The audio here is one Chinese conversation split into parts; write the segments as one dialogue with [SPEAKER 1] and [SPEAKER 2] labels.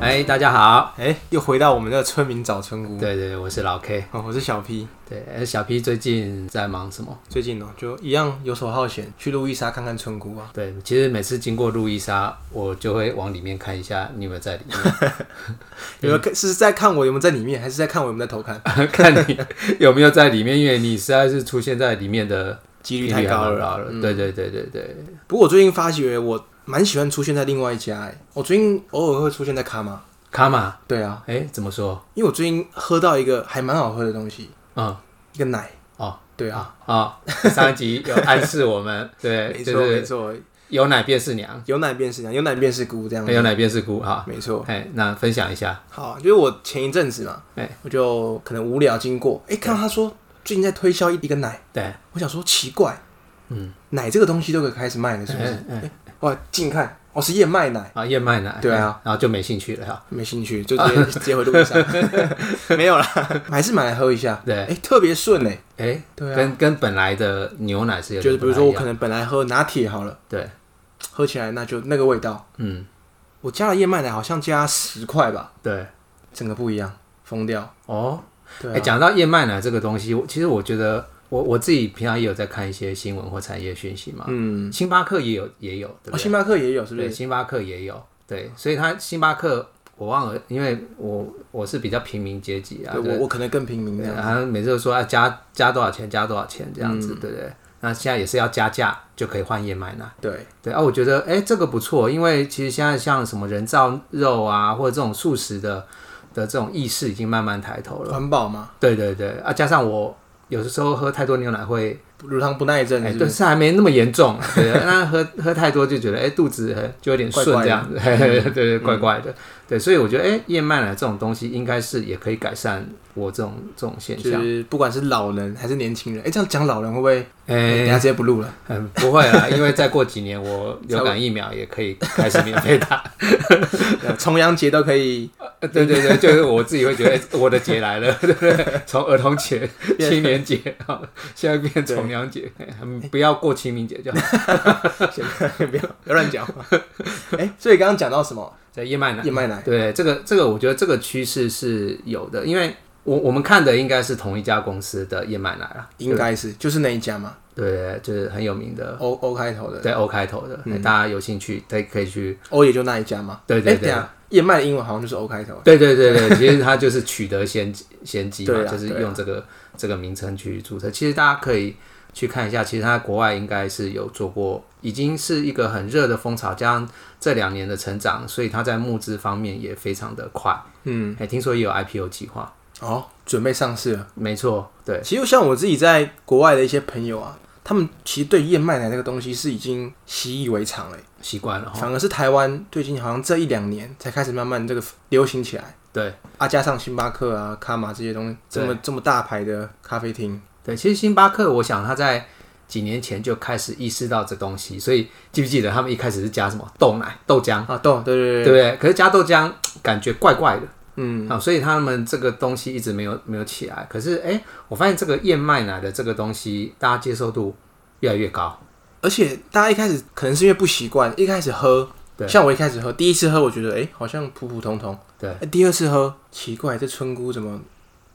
[SPEAKER 1] 哎，大家好，
[SPEAKER 2] 哎，又回到我们的村民早村姑。
[SPEAKER 1] 对对对，我是老 K。
[SPEAKER 2] 哦，我是小 P，
[SPEAKER 1] 对，哎小 P 最近在忙什么？
[SPEAKER 2] 最近哦就一样游手好闲，去路易莎看看村姑啊。
[SPEAKER 1] 对，其实每次经过路易莎，我就会往里面看一下你有没有在里 面，嗯
[SPEAKER 2] 有没有看是在看我有没有在里面，还是在看我有没有在 偷看？
[SPEAKER 1] 看你有没有在里面，因为你实在是出现在里面的
[SPEAKER 2] 几率太高
[SPEAKER 1] 还蛮
[SPEAKER 2] 了。嗯
[SPEAKER 1] 了。对对对对对，
[SPEAKER 2] 不过我最近发觉我蛮喜欢出现在另外一家、哎，我最近偶尔会出现在卡玛。
[SPEAKER 1] 卡玛，
[SPEAKER 2] 对啊，
[SPEAKER 1] 哎，怎么说？
[SPEAKER 2] 因为我最近喝到一个还蛮好喝的东西，
[SPEAKER 1] 嗯，
[SPEAKER 2] 一个奶。
[SPEAKER 1] 哦，
[SPEAKER 2] 对啊，
[SPEAKER 1] 啊啊，上一集有暗示我们，对，嗯
[SPEAKER 2] 没
[SPEAKER 1] 就
[SPEAKER 2] 错没
[SPEAKER 1] 是
[SPEAKER 2] 错，
[SPEAKER 1] 有奶便是娘，
[SPEAKER 2] 有奶便是娘，有奶便是姑这样子。
[SPEAKER 1] 有奶便是姑啊。
[SPEAKER 2] 没错，
[SPEAKER 1] 哎，那分享一下，
[SPEAKER 2] 好，就是我前一阵子嘛，
[SPEAKER 1] 哎
[SPEAKER 2] 我就可能无聊经过，哎、看到他说最近在推销一一个奶。
[SPEAKER 1] 对，
[SPEAKER 2] 我想说奇怪，
[SPEAKER 1] 嗯，
[SPEAKER 2] 奶这个东西都可以开始卖了，是不是？
[SPEAKER 1] 哎哎
[SPEAKER 2] 哇，近看，哦，是燕麦奶，
[SPEAKER 1] 啊，燕麦奶，
[SPEAKER 2] 对啊，
[SPEAKER 1] 然后就没兴趣了哈。
[SPEAKER 2] 没兴趣，就直接直接回 路易莎，没有啦，还是买来喝一下。
[SPEAKER 1] 对
[SPEAKER 2] 哎、，特别顺哎，
[SPEAKER 1] 哎，
[SPEAKER 2] 对啊
[SPEAKER 1] 跟跟本来的牛奶是有
[SPEAKER 2] 就
[SPEAKER 1] 点
[SPEAKER 2] 是比如
[SPEAKER 1] 不太
[SPEAKER 2] 说我
[SPEAKER 1] 一样
[SPEAKER 2] 可能本来喝拿铁好了，
[SPEAKER 1] 对，
[SPEAKER 2] 喝起来那就那个味道，
[SPEAKER 1] 嗯，
[SPEAKER 2] 我加了燕麦奶，好像加十块吧，
[SPEAKER 1] 对，
[SPEAKER 2] 整个不一样，疯掉。
[SPEAKER 1] 哦，
[SPEAKER 2] 啊对
[SPEAKER 1] 哎，
[SPEAKER 2] 啊，
[SPEAKER 1] 讲到燕麦奶这个东西，我其实我觉得我我自己平常也有在看一些新闻或产业讯息嘛，
[SPEAKER 2] 嗯，
[SPEAKER 1] 星巴克也有也有，对不对？
[SPEAKER 2] 哦，星巴克也有是不
[SPEAKER 1] 对，
[SPEAKER 2] 是？
[SPEAKER 1] 星巴克也有，对，所以它星巴克我忘了，因为我我是比较平民阶级啊，
[SPEAKER 2] 对我我可能更平民这样。
[SPEAKER 1] 然后每次都说啊加加多少钱加多少钱这样
[SPEAKER 2] 嗯
[SPEAKER 1] 子，对不对？那现在也是要加价就可以换燕麦奶。
[SPEAKER 2] 对，
[SPEAKER 1] 对啊，我觉得哎、诶这个不错，因为其实现在像什么人造肉啊，或者这种素食的的这种意识已经慢慢抬头了。
[SPEAKER 2] 环保嘛，
[SPEAKER 1] 对对对，啊，加上我有的时候喝太多牛奶会，
[SPEAKER 2] 乳糖不耐症
[SPEAKER 1] 哎、
[SPEAKER 2] 是不
[SPEAKER 1] 对，
[SPEAKER 2] 是？
[SPEAKER 1] 是还没那么严重，对，那喝喝太多就觉得哎、诶肚子哎就有点顺
[SPEAKER 2] 怪怪的嗯
[SPEAKER 1] 这样子，嘿嘿 对对，怪怪的，对，所以我觉得哎、诶燕麦奶这种东西应该是也可以改善我这种这种现
[SPEAKER 2] 就
[SPEAKER 1] 象。
[SPEAKER 2] 是不管是老人还是年轻人，哎，这样讲老人会不会？
[SPEAKER 1] 哎、
[SPEAKER 2] 哎，等一下直接不 录了。
[SPEAKER 1] 嗯，不会啦，因为再过几年 我流感疫苗也可以开始免费打
[SPEAKER 2] 对重阳节都可以
[SPEAKER 1] 呃对对 对，就是我自己会觉得、欸我的节来了， 对不对？从儿童节、
[SPEAKER 2] 变
[SPEAKER 1] 青年节，好了现在变重阳节，欸嗯不要过清明节就好。
[SPEAKER 2] 不要不要乱讲。 哎、所以刚刚讲到什么
[SPEAKER 1] 在燕麦奶，
[SPEAKER 2] 燕麦奶？
[SPEAKER 1] 对这个这个，我觉得这个趋势是有的，因为我我们看的应该是同一家公司的燕麦奶啦，
[SPEAKER 2] 应该是就是那一家嘛
[SPEAKER 1] 对，就是很有名的，
[SPEAKER 2] ，O O 开头的
[SPEAKER 1] 在 O 开头的，
[SPEAKER 2] 嗯
[SPEAKER 1] 欸大家有兴趣可以可以去，
[SPEAKER 2] ，O 也就那一家嘛。
[SPEAKER 1] 对对
[SPEAKER 2] 哎等一
[SPEAKER 1] 对。
[SPEAKER 2] 下燕麦的英文好像就是 O 开头。
[SPEAKER 1] 对对对对，其实它就是取得先机先机嘛，
[SPEAKER 2] 对啊
[SPEAKER 1] 就是
[SPEAKER 2] 对啊
[SPEAKER 1] 用这个这个名称去注册。其实大家可以去看一下，其实它国外应该是有做过，已经是一个很热的风潮，加上这两年的成长，所以它在募资方面也非常的快。
[SPEAKER 2] 嗯，
[SPEAKER 1] 哎，听说也有 IPO 计划，
[SPEAKER 2] 哦，准备上市了。
[SPEAKER 1] 没错，对，
[SPEAKER 2] 其实像我自己在国外的一些朋友啊，他们其实对燕麦奶这个东西是已经习以为常了，
[SPEAKER 1] 习惯了哈。
[SPEAKER 2] 反而是台湾最近好像这一两年才开始慢慢这个流行起来。
[SPEAKER 1] 对
[SPEAKER 2] 啊，加上星巴克啊、卡玛这些东西，这么这么大牌的咖啡厅，
[SPEAKER 1] 对，其实星巴克，我想它在。几年前就开始意识到这东西，所以记不记得他们一开始是加什么豆奶、豆浆，
[SPEAKER 2] 啊，对对对
[SPEAKER 1] 对
[SPEAKER 2] 对，
[SPEAKER 1] 不对？可是加豆浆感觉怪怪的。
[SPEAKER 2] 嗯，
[SPEAKER 1] 啊，所以他们这个东西一直没有没有起来。可是哎、我发现这个燕麦奶的这个东西，大家接受度越来越高。
[SPEAKER 2] 而且大家一开始可能是因为不习惯，一开始喝
[SPEAKER 1] 对，
[SPEAKER 2] 像我一开始喝，第一次喝我觉得哎、诶好像普普通通，
[SPEAKER 1] 对
[SPEAKER 2] 哎、第二次喝奇怪这村姑怎么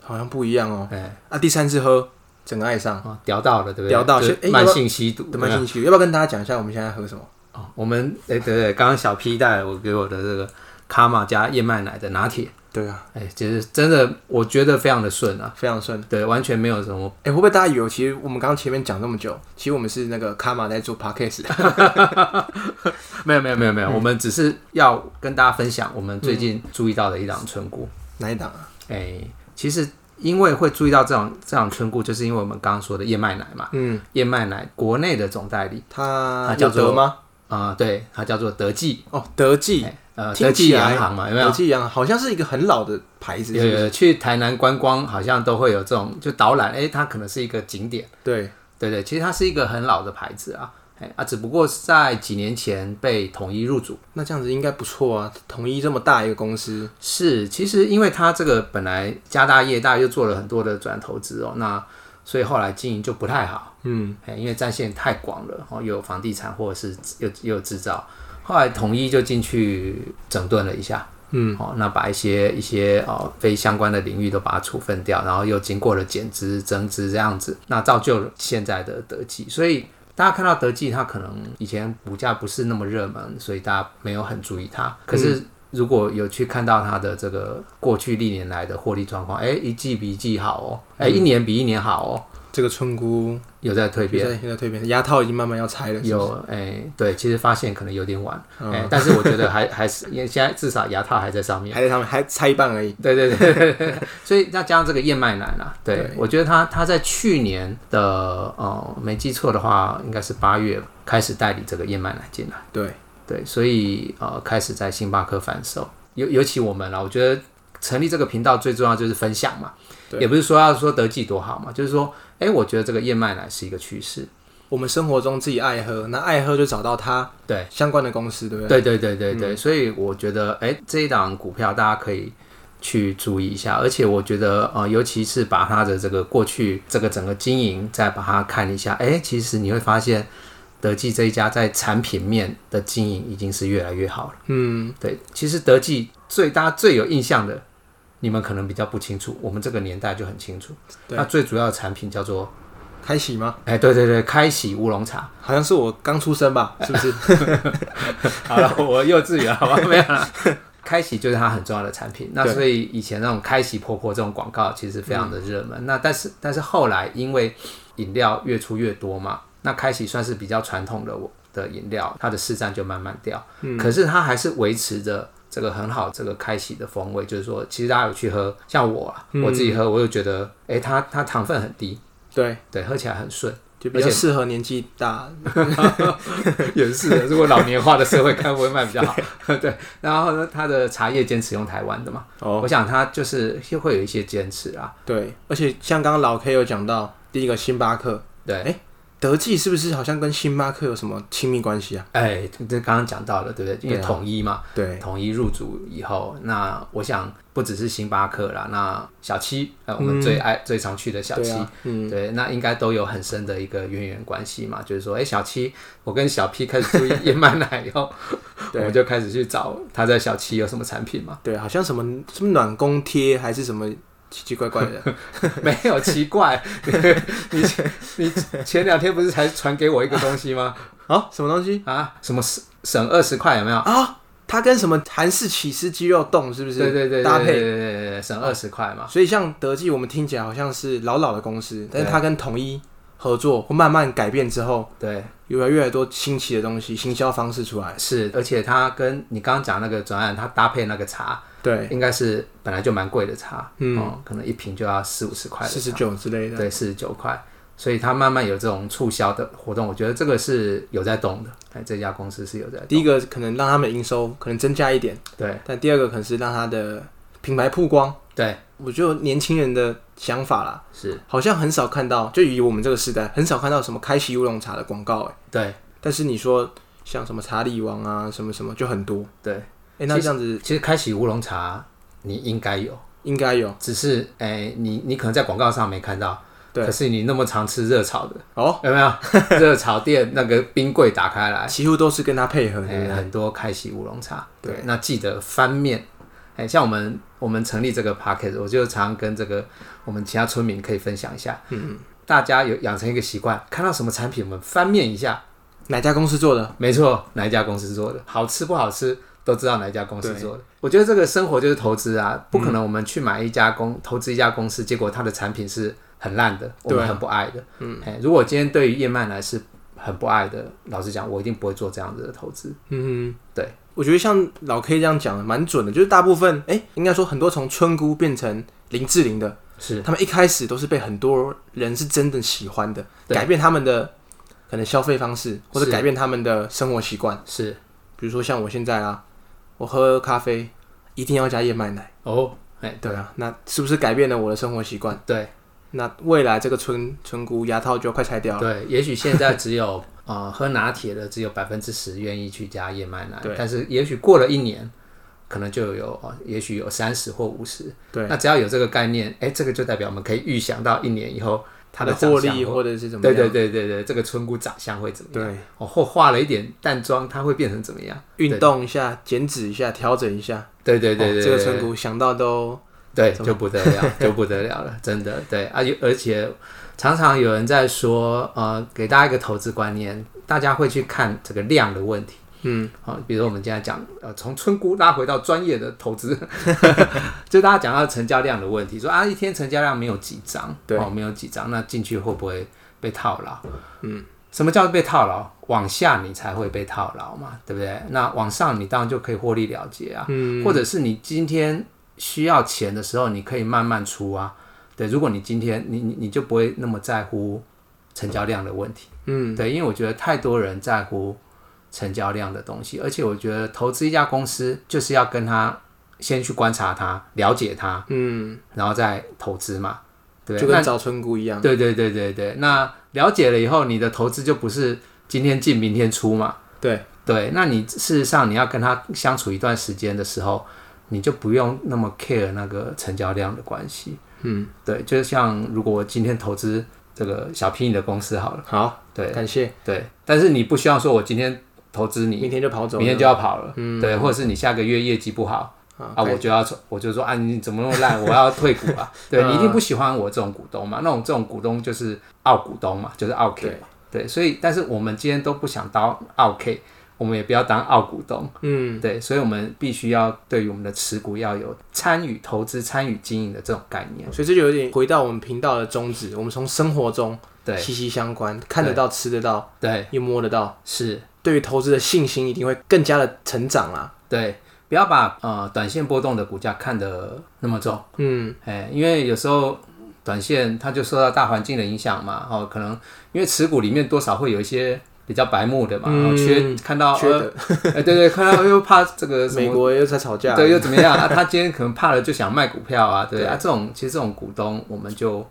[SPEAKER 2] 好像不一样哦，
[SPEAKER 1] 哎、
[SPEAKER 2] 啊第三次喝整个爱上，
[SPEAKER 1] 啊，屌到了，对不对？
[SPEAKER 2] 屌嗯到
[SPEAKER 1] 就是
[SPEAKER 2] 现哎要不要
[SPEAKER 1] 慢性吸毒，
[SPEAKER 2] 都
[SPEAKER 1] 对
[SPEAKER 2] 蛮
[SPEAKER 1] 吧啊
[SPEAKER 2] 兴趣，要不要跟大家讲一下我们现在喝什么？
[SPEAKER 1] 哦，我们哎、对对，刚刚小 P 带我给我的这个卡玛加燕麦奶的拿铁，
[SPEAKER 2] 对啊，
[SPEAKER 1] 哎、其实真的我觉得非常的顺啊，
[SPEAKER 2] 非常顺。
[SPEAKER 1] 对，完全没有什么。
[SPEAKER 2] 哎、会不会大家以为其实我们刚刚前面讲那么久，其实我们是那个卡玛在做 podcast 的
[SPEAKER 1] 没有没有没有
[SPEAKER 2] 嗯
[SPEAKER 1] 没有，我们只是要跟大家分享我们最近注意到的一档村姑。
[SPEAKER 2] 哪一档啊？
[SPEAKER 1] 哎、其实因为会注意到这种这种村姑，就是因为我们刚刚说的燕麦奶嘛，
[SPEAKER 2] 嗯，
[SPEAKER 1] 燕麦奶国内的总代理
[SPEAKER 2] 他
[SPEAKER 1] 它叫
[SPEAKER 2] 有德
[SPEAKER 1] 做
[SPEAKER 2] 吗？
[SPEAKER 1] 啊、对，它叫做德记，
[SPEAKER 2] 哦，德记，
[SPEAKER 1] 哎呃，
[SPEAKER 2] 听
[SPEAKER 1] 德记
[SPEAKER 2] 起来
[SPEAKER 1] 洋行嘛，有没有
[SPEAKER 2] 德？记洋好像是一个很老的牌子，
[SPEAKER 1] 有
[SPEAKER 2] 是不是？
[SPEAKER 1] 有去台南观光，好像都会有这种就导览，哎、它可能是一个景点，
[SPEAKER 2] 对，
[SPEAKER 1] 对对，其实它是一个很老的牌子啊，哎啊，只不过是在几年前被统一入主。
[SPEAKER 2] 那这样子应该不错啊，统一这么大一个公司，
[SPEAKER 1] 是，其实因为它这个本来家大业大，又做了很多的转投资哦，那所以后来经营就不太好。
[SPEAKER 2] 嗯，
[SPEAKER 1] 哎，因为战线太广了，哦，又有房地产或者是又又有制造，后来统一就进去整顿了一下，
[SPEAKER 2] 嗯，
[SPEAKER 1] 哦，那把一些一些哦非相关的领域都把它处分掉，然后又经过了减资、增资这样子，那造就了现在的德记，所以。大家看到德记，它可能以前股价不是那么热门，所以大家没有很注意它。可
[SPEAKER 2] 嗯
[SPEAKER 1] 是如果有去看到它的这个过去历年来的获利状况，哎、一季比一季好哦，
[SPEAKER 2] 嗯
[SPEAKER 1] 哎、一年比一年好哦，
[SPEAKER 2] 这个村姑
[SPEAKER 1] 有在蜕变
[SPEAKER 2] 就。在现在蜕变，牙套已经慢慢要拆了，是不是
[SPEAKER 1] 有哎、对，其实发现可能有点晚，哎、
[SPEAKER 2] 嗯
[SPEAKER 1] 但是我觉得还还是，因为现在至少牙套还在上 面。
[SPEAKER 2] 还在他们还拆一半而已，
[SPEAKER 1] 对对对对对，所以再加上这个燕麦奶啦、对
[SPEAKER 2] 对
[SPEAKER 1] 我觉得他他在去年的呃，没记错的话，应该是八月开始代理这个燕麦奶进来，
[SPEAKER 2] 对，
[SPEAKER 1] 对，所以呃，开始在星巴克贩售，尤尤其我们啦，我觉得成立这个频道最重要就是分享嘛，
[SPEAKER 2] 对
[SPEAKER 1] 也不是说要说德记多好嘛，就是说，哎、我觉得这个燕麦奶是一个趋势，
[SPEAKER 2] 我们生活中自己爱喝，那爱喝就找到它
[SPEAKER 1] 对。
[SPEAKER 2] 相关的公司，对不对？嗯
[SPEAKER 1] 对对对对对，所以我觉得，哎、这一档股票大家可以去注意一下，而且我觉得，呃，尤其是把它的这个过去这个整个经营，再把它看一下，哎、其实你会发现，德记这一家在产品面的经营已经是越来越好了。
[SPEAKER 2] 嗯，
[SPEAKER 1] 对，其实德记最大家最有印象的，你们可能比较不清楚，我们这个年代就很清楚。
[SPEAKER 2] 对
[SPEAKER 1] 那最主要的产品叫做，
[SPEAKER 2] 开喜吗？
[SPEAKER 1] 哎、对对对，开喜乌龙茶。
[SPEAKER 2] 好像是我刚出生吧，是 不是？
[SPEAKER 1] 好了，我幼稚园好吧，没有了。开喜就是它很重要的产品，那
[SPEAKER 2] 对
[SPEAKER 1] 所以以前那种开喜婆婆这种广告其实非常的热门。那但是但是后来因为饮料越出越多嘛，那开喜算是比较传统的我的饮料，它的市占就慢慢掉。可是它还是维持着这个很好这个开喜的风味，就是说其实大家有去喝，像我啊，我自己喝我就觉得，诶，它它糖分很低，
[SPEAKER 2] 对，
[SPEAKER 1] 对，喝起来很顺。
[SPEAKER 2] 就比较适合年纪大，
[SPEAKER 1] 也是的，如果老年化的社会，该不会卖比较好？ 对，然后呢，它的茶叶坚持用台湾的嘛，
[SPEAKER 2] 哦，
[SPEAKER 1] 我想它就是就会有一些坚持啊。
[SPEAKER 2] 对，而且像刚刚老 K 有讲到，第一个星巴克，
[SPEAKER 1] 对，
[SPEAKER 2] 德记是不是好像跟星巴克有什么亲密关系啊？
[SPEAKER 1] 哎，这这刚刚讲到了，对不对？因为
[SPEAKER 2] 对啊
[SPEAKER 1] 统一嘛，
[SPEAKER 2] 对，
[SPEAKER 1] 统一入主以后，那我想不只是星巴克啦，那小七，呃，我们最爱、最常去的小
[SPEAKER 2] 嗯对
[SPEAKER 1] 七。
[SPEAKER 2] 啊，嗯，
[SPEAKER 1] 对，那应该都有很深的一个渊源关系嘛，就是说，哎、小七，我跟小 P 开始注意燕麦奶以后，我
[SPEAKER 2] 对
[SPEAKER 1] 们就开始去找他在小七有什么产品嘛，
[SPEAKER 2] 对，啊好像什么什么暖宫贴还是什么奇奇怪怪 的，
[SPEAKER 1] 没有奇怪， 你你你前两天不是才传给我一个东西吗？
[SPEAKER 2] 啊，什么东西
[SPEAKER 1] 啊，什么省省二十块有没有？
[SPEAKER 2] 啊？它跟什么韩式起司鸡肉冻是不是
[SPEAKER 1] 对对对，
[SPEAKER 2] 搭
[SPEAKER 1] 对对
[SPEAKER 2] 配？
[SPEAKER 1] 对对对省二十块嘛。
[SPEAKER 2] 所以像德记，我们听起来好像是老老的公司，但是它跟统一合作，会慢慢改变之后，
[SPEAKER 1] 对，
[SPEAKER 2] 有了越来越多新奇的东西，行销方式出来。
[SPEAKER 1] 是，而且它跟你刚刚讲那个专案，它搭配那个茶，
[SPEAKER 2] 对，
[SPEAKER 1] 应该是本来就蛮贵的茶，
[SPEAKER 2] 嗯
[SPEAKER 1] 哦，可能一瓶就要四五十块的茶，
[SPEAKER 2] 四十九之类的。
[SPEAKER 1] 对，四十九块。所以它慢慢有这种促销的活动，我觉得这个是有在动的，哎，这家公司是有在动，
[SPEAKER 2] 第一个可能让他们营收可能增加一点，
[SPEAKER 1] 对
[SPEAKER 2] 但第二个可能是让他的品牌曝光。
[SPEAKER 1] 对
[SPEAKER 2] 我觉得年轻人的想法啦，
[SPEAKER 1] 是，
[SPEAKER 2] 好像很少看到，就以我们这个时代，很少看到什么开禧乌龙茶的广告哎、
[SPEAKER 1] 对
[SPEAKER 2] 但是你说像什么查理王啊，什么什么就很多。
[SPEAKER 1] 对。
[SPEAKER 2] 哎、那这样子
[SPEAKER 1] 其实开启乌龙茶你应该有，
[SPEAKER 2] 应该有
[SPEAKER 1] 只是哎、你你可能在广告上没看到，
[SPEAKER 2] 对
[SPEAKER 1] 可是你那么常吃热炒的，
[SPEAKER 2] 哦，
[SPEAKER 1] 有没 有？热炒店那个冰柜打开来，
[SPEAKER 2] 几乎都是跟他配合，对
[SPEAKER 1] 哎、
[SPEAKER 2] 不对？
[SPEAKER 1] 很多开启乌龙茶。
[SPEAKER 2] 对，
[SPEAKER 1] 那记得翻面。哎、像我们我们成立这个 p o c k e t 我就常跟这个我们其他村民可以分享一下。嗯嗯。大家有养成一个习惯，看到什么产品我们翻面一下。
[SPEAKER 2] 哪家公司做的？
[SPEAKER 1] 没错，哪一家公司做的，好吃不好吃都知道哪一家公司
[SPEAKER 2] 对
[SPEAKER 1] 做的。我觉得这个生活就是投资啊，不可能我们去买一家公、投资一家公司，结果它的产品是很烂的，我
[SPEAKER 2] 嗯对
[SPEAKER 1] 们
[SPEAKER 2] 啊
[SPEAKER 1] 很不爱的。嗯，哎，如果今天对于燕麦奶是很不爱的，老实讲，我一定不会做这样子的投资。
[SPEAKER 2] 嗯哼，
[SPEAKER 1] 对。
[SPEAKER 2] 我觉得像老 K 这样讲的蛮准的，就是大部分哎、应该说很多从村姑变成林志玲的，
[SPEAKER 1] 是
[SPEAKER 2] 他们一开始都是被很多人是真的喜欢的，
[SPEAKER 1] 对
[SPEAKER 2] 改变他们的可能消费方式，或者
[SPEAKER 1] 是
[SPEAKER 2] 改变他们的生活习惯。
[SPEAKER 1] 是
[SPEAKER 2] 比如说像我现在啊，我喝咖啡一定要加燕麦奶，
[SPEAKER 1] 哦，哎，对
[SPEAKER 2] 对啊，那是不是改变了我的生活习惯？
[SPEAKER 1] 对
[SPEAKER 2] 那未来这个村村姑牙套就要快拆掉了，
[SPEAKER 1] 对，也许现在只有 呃喝拿铁的只有百分之十愿意去加燕麦奶
[SPEAKER 2] 对，
[SPEAKER 1] 但是也许过了一年，可能就有，呃也许有三十或五十。
[SPEAKER 2] 对，
[SPEAKER 1] 那只要有这个概念，哎、这个就代表我们可以预想到一年以后它
[SPEAKER 2] 的
[SPEAKER 1] 长
[SPEAKER 2] 获
[SPEAKER 1] 相
[SPEAKER 2] 利
[SPEAKER 1] 会
[SPEAKER 2] 或者是怎么
[SPEAKER 1] 对
[SPEAKER 2] 样？
[SPEAKER 1] 对对对对，这个村姑长相会怎么样？
[SPEAKER 2] 对，
[SPEAKER 1] 哦，或化了一点淡妆，它会变成怎么样？
[SPEAKER 2] 运动一下，减脂一下，调整一下。
[SPEAKER 1] 对对对
[SPEAKER 2] 哦
[SPEAKER 1] 对，
[SPEAKER 2] 这个
[SPEAKER 1] 对
[SPEAKER 2] 村姑想到都
[SPEAKER 1] 对，就不得 了，就不得了了，真的对，而、且而且常常有人在说，呃，给大家一个投资观念，大家会去看这个量的问题。嗯，好、比如我们今天讲，呃，从村姑拉回到专业的投资， 就大家讲到成交量的问题，说啊，一天成交量没有几张，
[SPEAKER 2] 对
[SPEAKER 1] 哦，没有几张，那进去会不会被套牢？嗯，什么叫被套牢？往下你才会被套牢嘛，对不对？那往上你当然就可以获利了结啊，嗯，或者是你今天需要钱的时候，你可以慢慢出啊。对，如果你今天你你你就不会那么在乎成交量的问题。嗯，对，因为我觉得太多人在乎成交量的东西，而且我觉得投资一家公司就是要跟他先去观察他，了解他，嗯，然后再投资嘛。对，
[SPEAKER 2] 就跟找村姑一样。
[SPEAKER 1] 对对对对对，那了解了以后，你的投资就不是今天进明天出嘛？
[SPEAKER 2] 对
[SPEAKER 1] 对，那你事实上你要跟他相处一段时间的时候，你就不用那么 care 那个成交量的关系。嗯，对，就像如果我今天投资这个小 P 你的公司好了，
[SPEAKER 2] 好，
[SPEAKER 1] 对
[SPEAKER 2] 感谢，
[SPEAKER 1] 对，但是你不需要说我今天投资你，
[SPEAKER 2] 明天就跑走了。嗯
[SPEAKER 1] 明天就要跑了，对，或者是你下个月业绩不好。
[SPEAKER 2] 啊
[SPEAKER 1] 啊，我就要从我就说啊，你怎么那么烂？我要退股 啊！对
[SPEAKER 2] 嗯
[SPEAKER 1] 你一定不喜欢我这种股东嘛？那种这种股东就是傲股东嘛，就是傲 K
[SPEAKER 2] 嗯
[SPEAKER 1] 嘛。对，所以但是我们今天都不想当傲 K，我们也不要当傲股东。
[SPEAKER 2] 嗯，
[SPEAKER 1] 对，所以我们必须要对于我们的持股要有参与投资、参与经营的这种概念。
[SPEAKER 2] 所以这就有点回到我们频道的宗旨，我们从生活中
[SPEAKER 1] 对
[SPEAKER 2] 息息相关，看得到、吃得到，
[SPEAKER 1] 对，
[SPEAKER 2] 又摸得到，
[SPEAKER 1] 是，
[SPEAKER 2] 对于投资的信心一定会更加的成长啊啦。
[SPEAKER 1] 对，不要把呃短线波动的股价看得那么重。
[SPEAKER 2] 嗯，
[SPEAKER 1] 哎，因为有时候短线它就受到大环境的影响嘛，哦，可能因为持股里面多少会有一些比较白目的嘛，
[SPEAKER 2] 嗯
[SPEAKER 1] 哦缺看到
[SPEAKER 2] 缺的，
[SPEAKER 1] 呃哎对对，看到又怕这个什
[SPEAKER 2] 美
[SPEAKER 1] 么，
[SPEAKER 2] 国又在吵架，
[SPEAKER 1] 对，又怎么样啊？ 他今天可能怕了就想卖股票啊，对
[SPEAKER 2] 对
[SPEAKER 1] 啊，这种其实这种股东我们就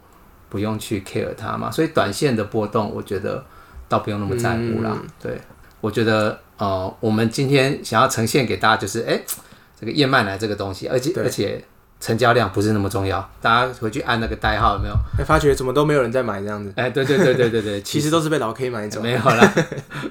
[SPEAKER 1] 不用去 care 它嘛，所以短线的波动我觉得倒不用那么在乎
[SPEAKER 2] 嗯
[SPEAKER 1] 啦，对，我觉得呃，我们今天想要呈现给大家就是，哎，这个燕麦奶这个东西，而且
[SPEAKER 2] 对
[SPEAKER 1] 而且。成交量不是那么重要，大家回去按那个代号有没有？
[SPEAKER 2] 哎发觉怎么都没有人在买这样子，
[SPEAKER 1] 哎，对对对对对 对，
[SPEAKER 2] 其实都是被老 K 买走。
[SPEAKER 1] 没有啦，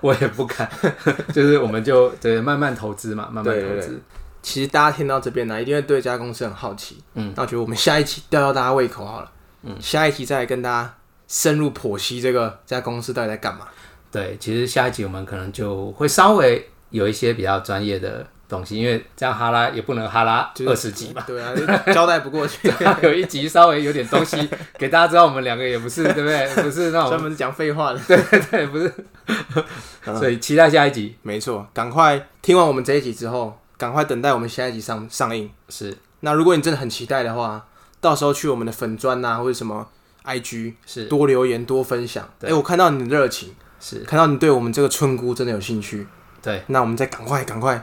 [SPEAKER 1] 我也不敢， 就是我们就对慢慢投资嘛，慢慢
[SPEAKER 2] 对
[SPEAKER 1] 投
[SPEAKER 2] 对
[SPEAKER 1] 资，
[SPEAKER 2] 其实大家听到这边呢、一定会对这家公司很好奇。
[SPEAKER 1] 嗯，
[SPEAKER 2] 那我觉得我们下一期吊吊大家胃口好了。嗯，下一期再来跟大家深入剖析这个这家公司到底在干嘛。
[SPEAKER 1] 对，其实下一集我们可能就会稍微有一些比较专业的东西，因为这样哈拉也不能哈拉
[SPEAKER 2] 就是
[SPEAKER 1] 二十集 嘛，
[SPEAKER 2] 对啊，就交代不过去，
[SPEAKER 1] 有一集稍微有点东西 给大家知道，我们两个也不是对不对？ 不是 那
[SPEAKER 2] 专
[SPEAKER 1] 种
[SPEAKER 2] 门是讲废话的。
[SPEAKER 1] 对，不 是，
[SPEAKER 2] 嗯
[SPEAKER 1] 所以期待下一集
[SPEAKER 2] 没错，赶快听完我们这一集之后，赶快等待我们下一集上上映。
[SPEAKER 1] 是
[SPEAKER 2] 那如果你真的很期待的话，到时候去我们的粉砖呐、或者什么 IG
[SPEAKER 1] 是
[SPEAKER 2] 多留言多分享。哎、
[SPEAKER 1] 对
[SPEAKER 2] 我看到你的热情，
[SPEAKER 1] 是，
[SPEAKER 2] 看到你对我们这个村姑真的有兴趣，
[SPEAKER 1] 对，
[SPEAKER 2] 那我们再赶快赶快，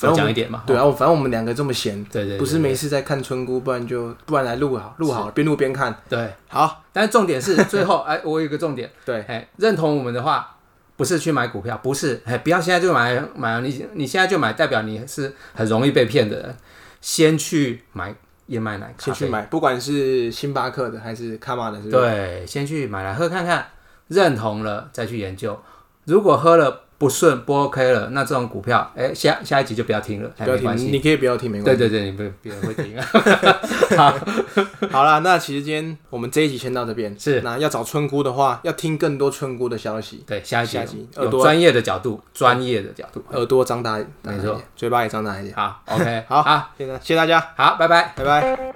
[SPEAKER 1] 多
[SPEAKER 2] 反正我
[SPEAKER 1] 讲
[SPEAKER 2] 们
[SPEAKER 1] 一点嘛，
[SPEAKER 2] 对啊，我反正我们两个这么闲，
[SPEAKER 1] 对对，
[SPEAKER 2] 不是
[SPEAKER 1] 对
[SPEAKER 2] 没事在看村姑，不然就不然来录好录好，边录边看。
[SPEAKER 1] 对，
[SPEAKER 2] 好，
[SPEAKER 1] 但是重点是最后，哎，我有一个重点，
[SPEAKER 2] 对，
[SPEAKER 1] 哎，认同我们的话，不是去买股票，不是，哎，不要现在就买买，你你现在就买，代表你是很容易被骗的人，先去买燕麦奶咖
[SPEAKER 2] 先去
[SPEAKER 1] 啡，
[SPEAKER 2] 买，不管是星巴克的还是卡玛的，是不是？
[SPEAKER 1] 对，先去买来喝看看，认同了再去研究，如果喝了不顺不 OK 了，那这种股票，哎，下下一集就不要听了，哎
[SPEAKER 2] 不要
[SPEAKER 1] 没关
[SPEAKER 2] 听，
[SPEAKER 1] 系，
[SPEAKER 2] 你可以不要听，没关系。
[SPEAKER 1] 对对对，你不别人会听啊，
[SPEAKER 2] 好啦，那其实今天我们这一集先到这边。
[SPEAKER 1] 是
[SPEAKER 2] 那要找村姑的话，要听更多村姑的消息，
[SPEAKER 1] 对，下一集
[SPEAKER 2] 下一集
[SPEAKER 1] 有
[SPEAKER 2] 耳
[SPEAKER 1] 有
[SPEAKER 2] 朵
[SPEAKER 1] 专业的角度，专业的角度，
[SPEAKER 2] 耳朵张大，
[SPEAKER 1] 没错，
[SPEAKER 2] 嘴巴也张大一点。
[SPEAKER 1] 好，OK，
[SPEAKER 2] 好
[SPEAKER 1] 好，
[SPEAKER 2] 现在谢谢大家，
[SPEAKER 1] 好，拜拜。
[SPEAKER 2] 拜拜。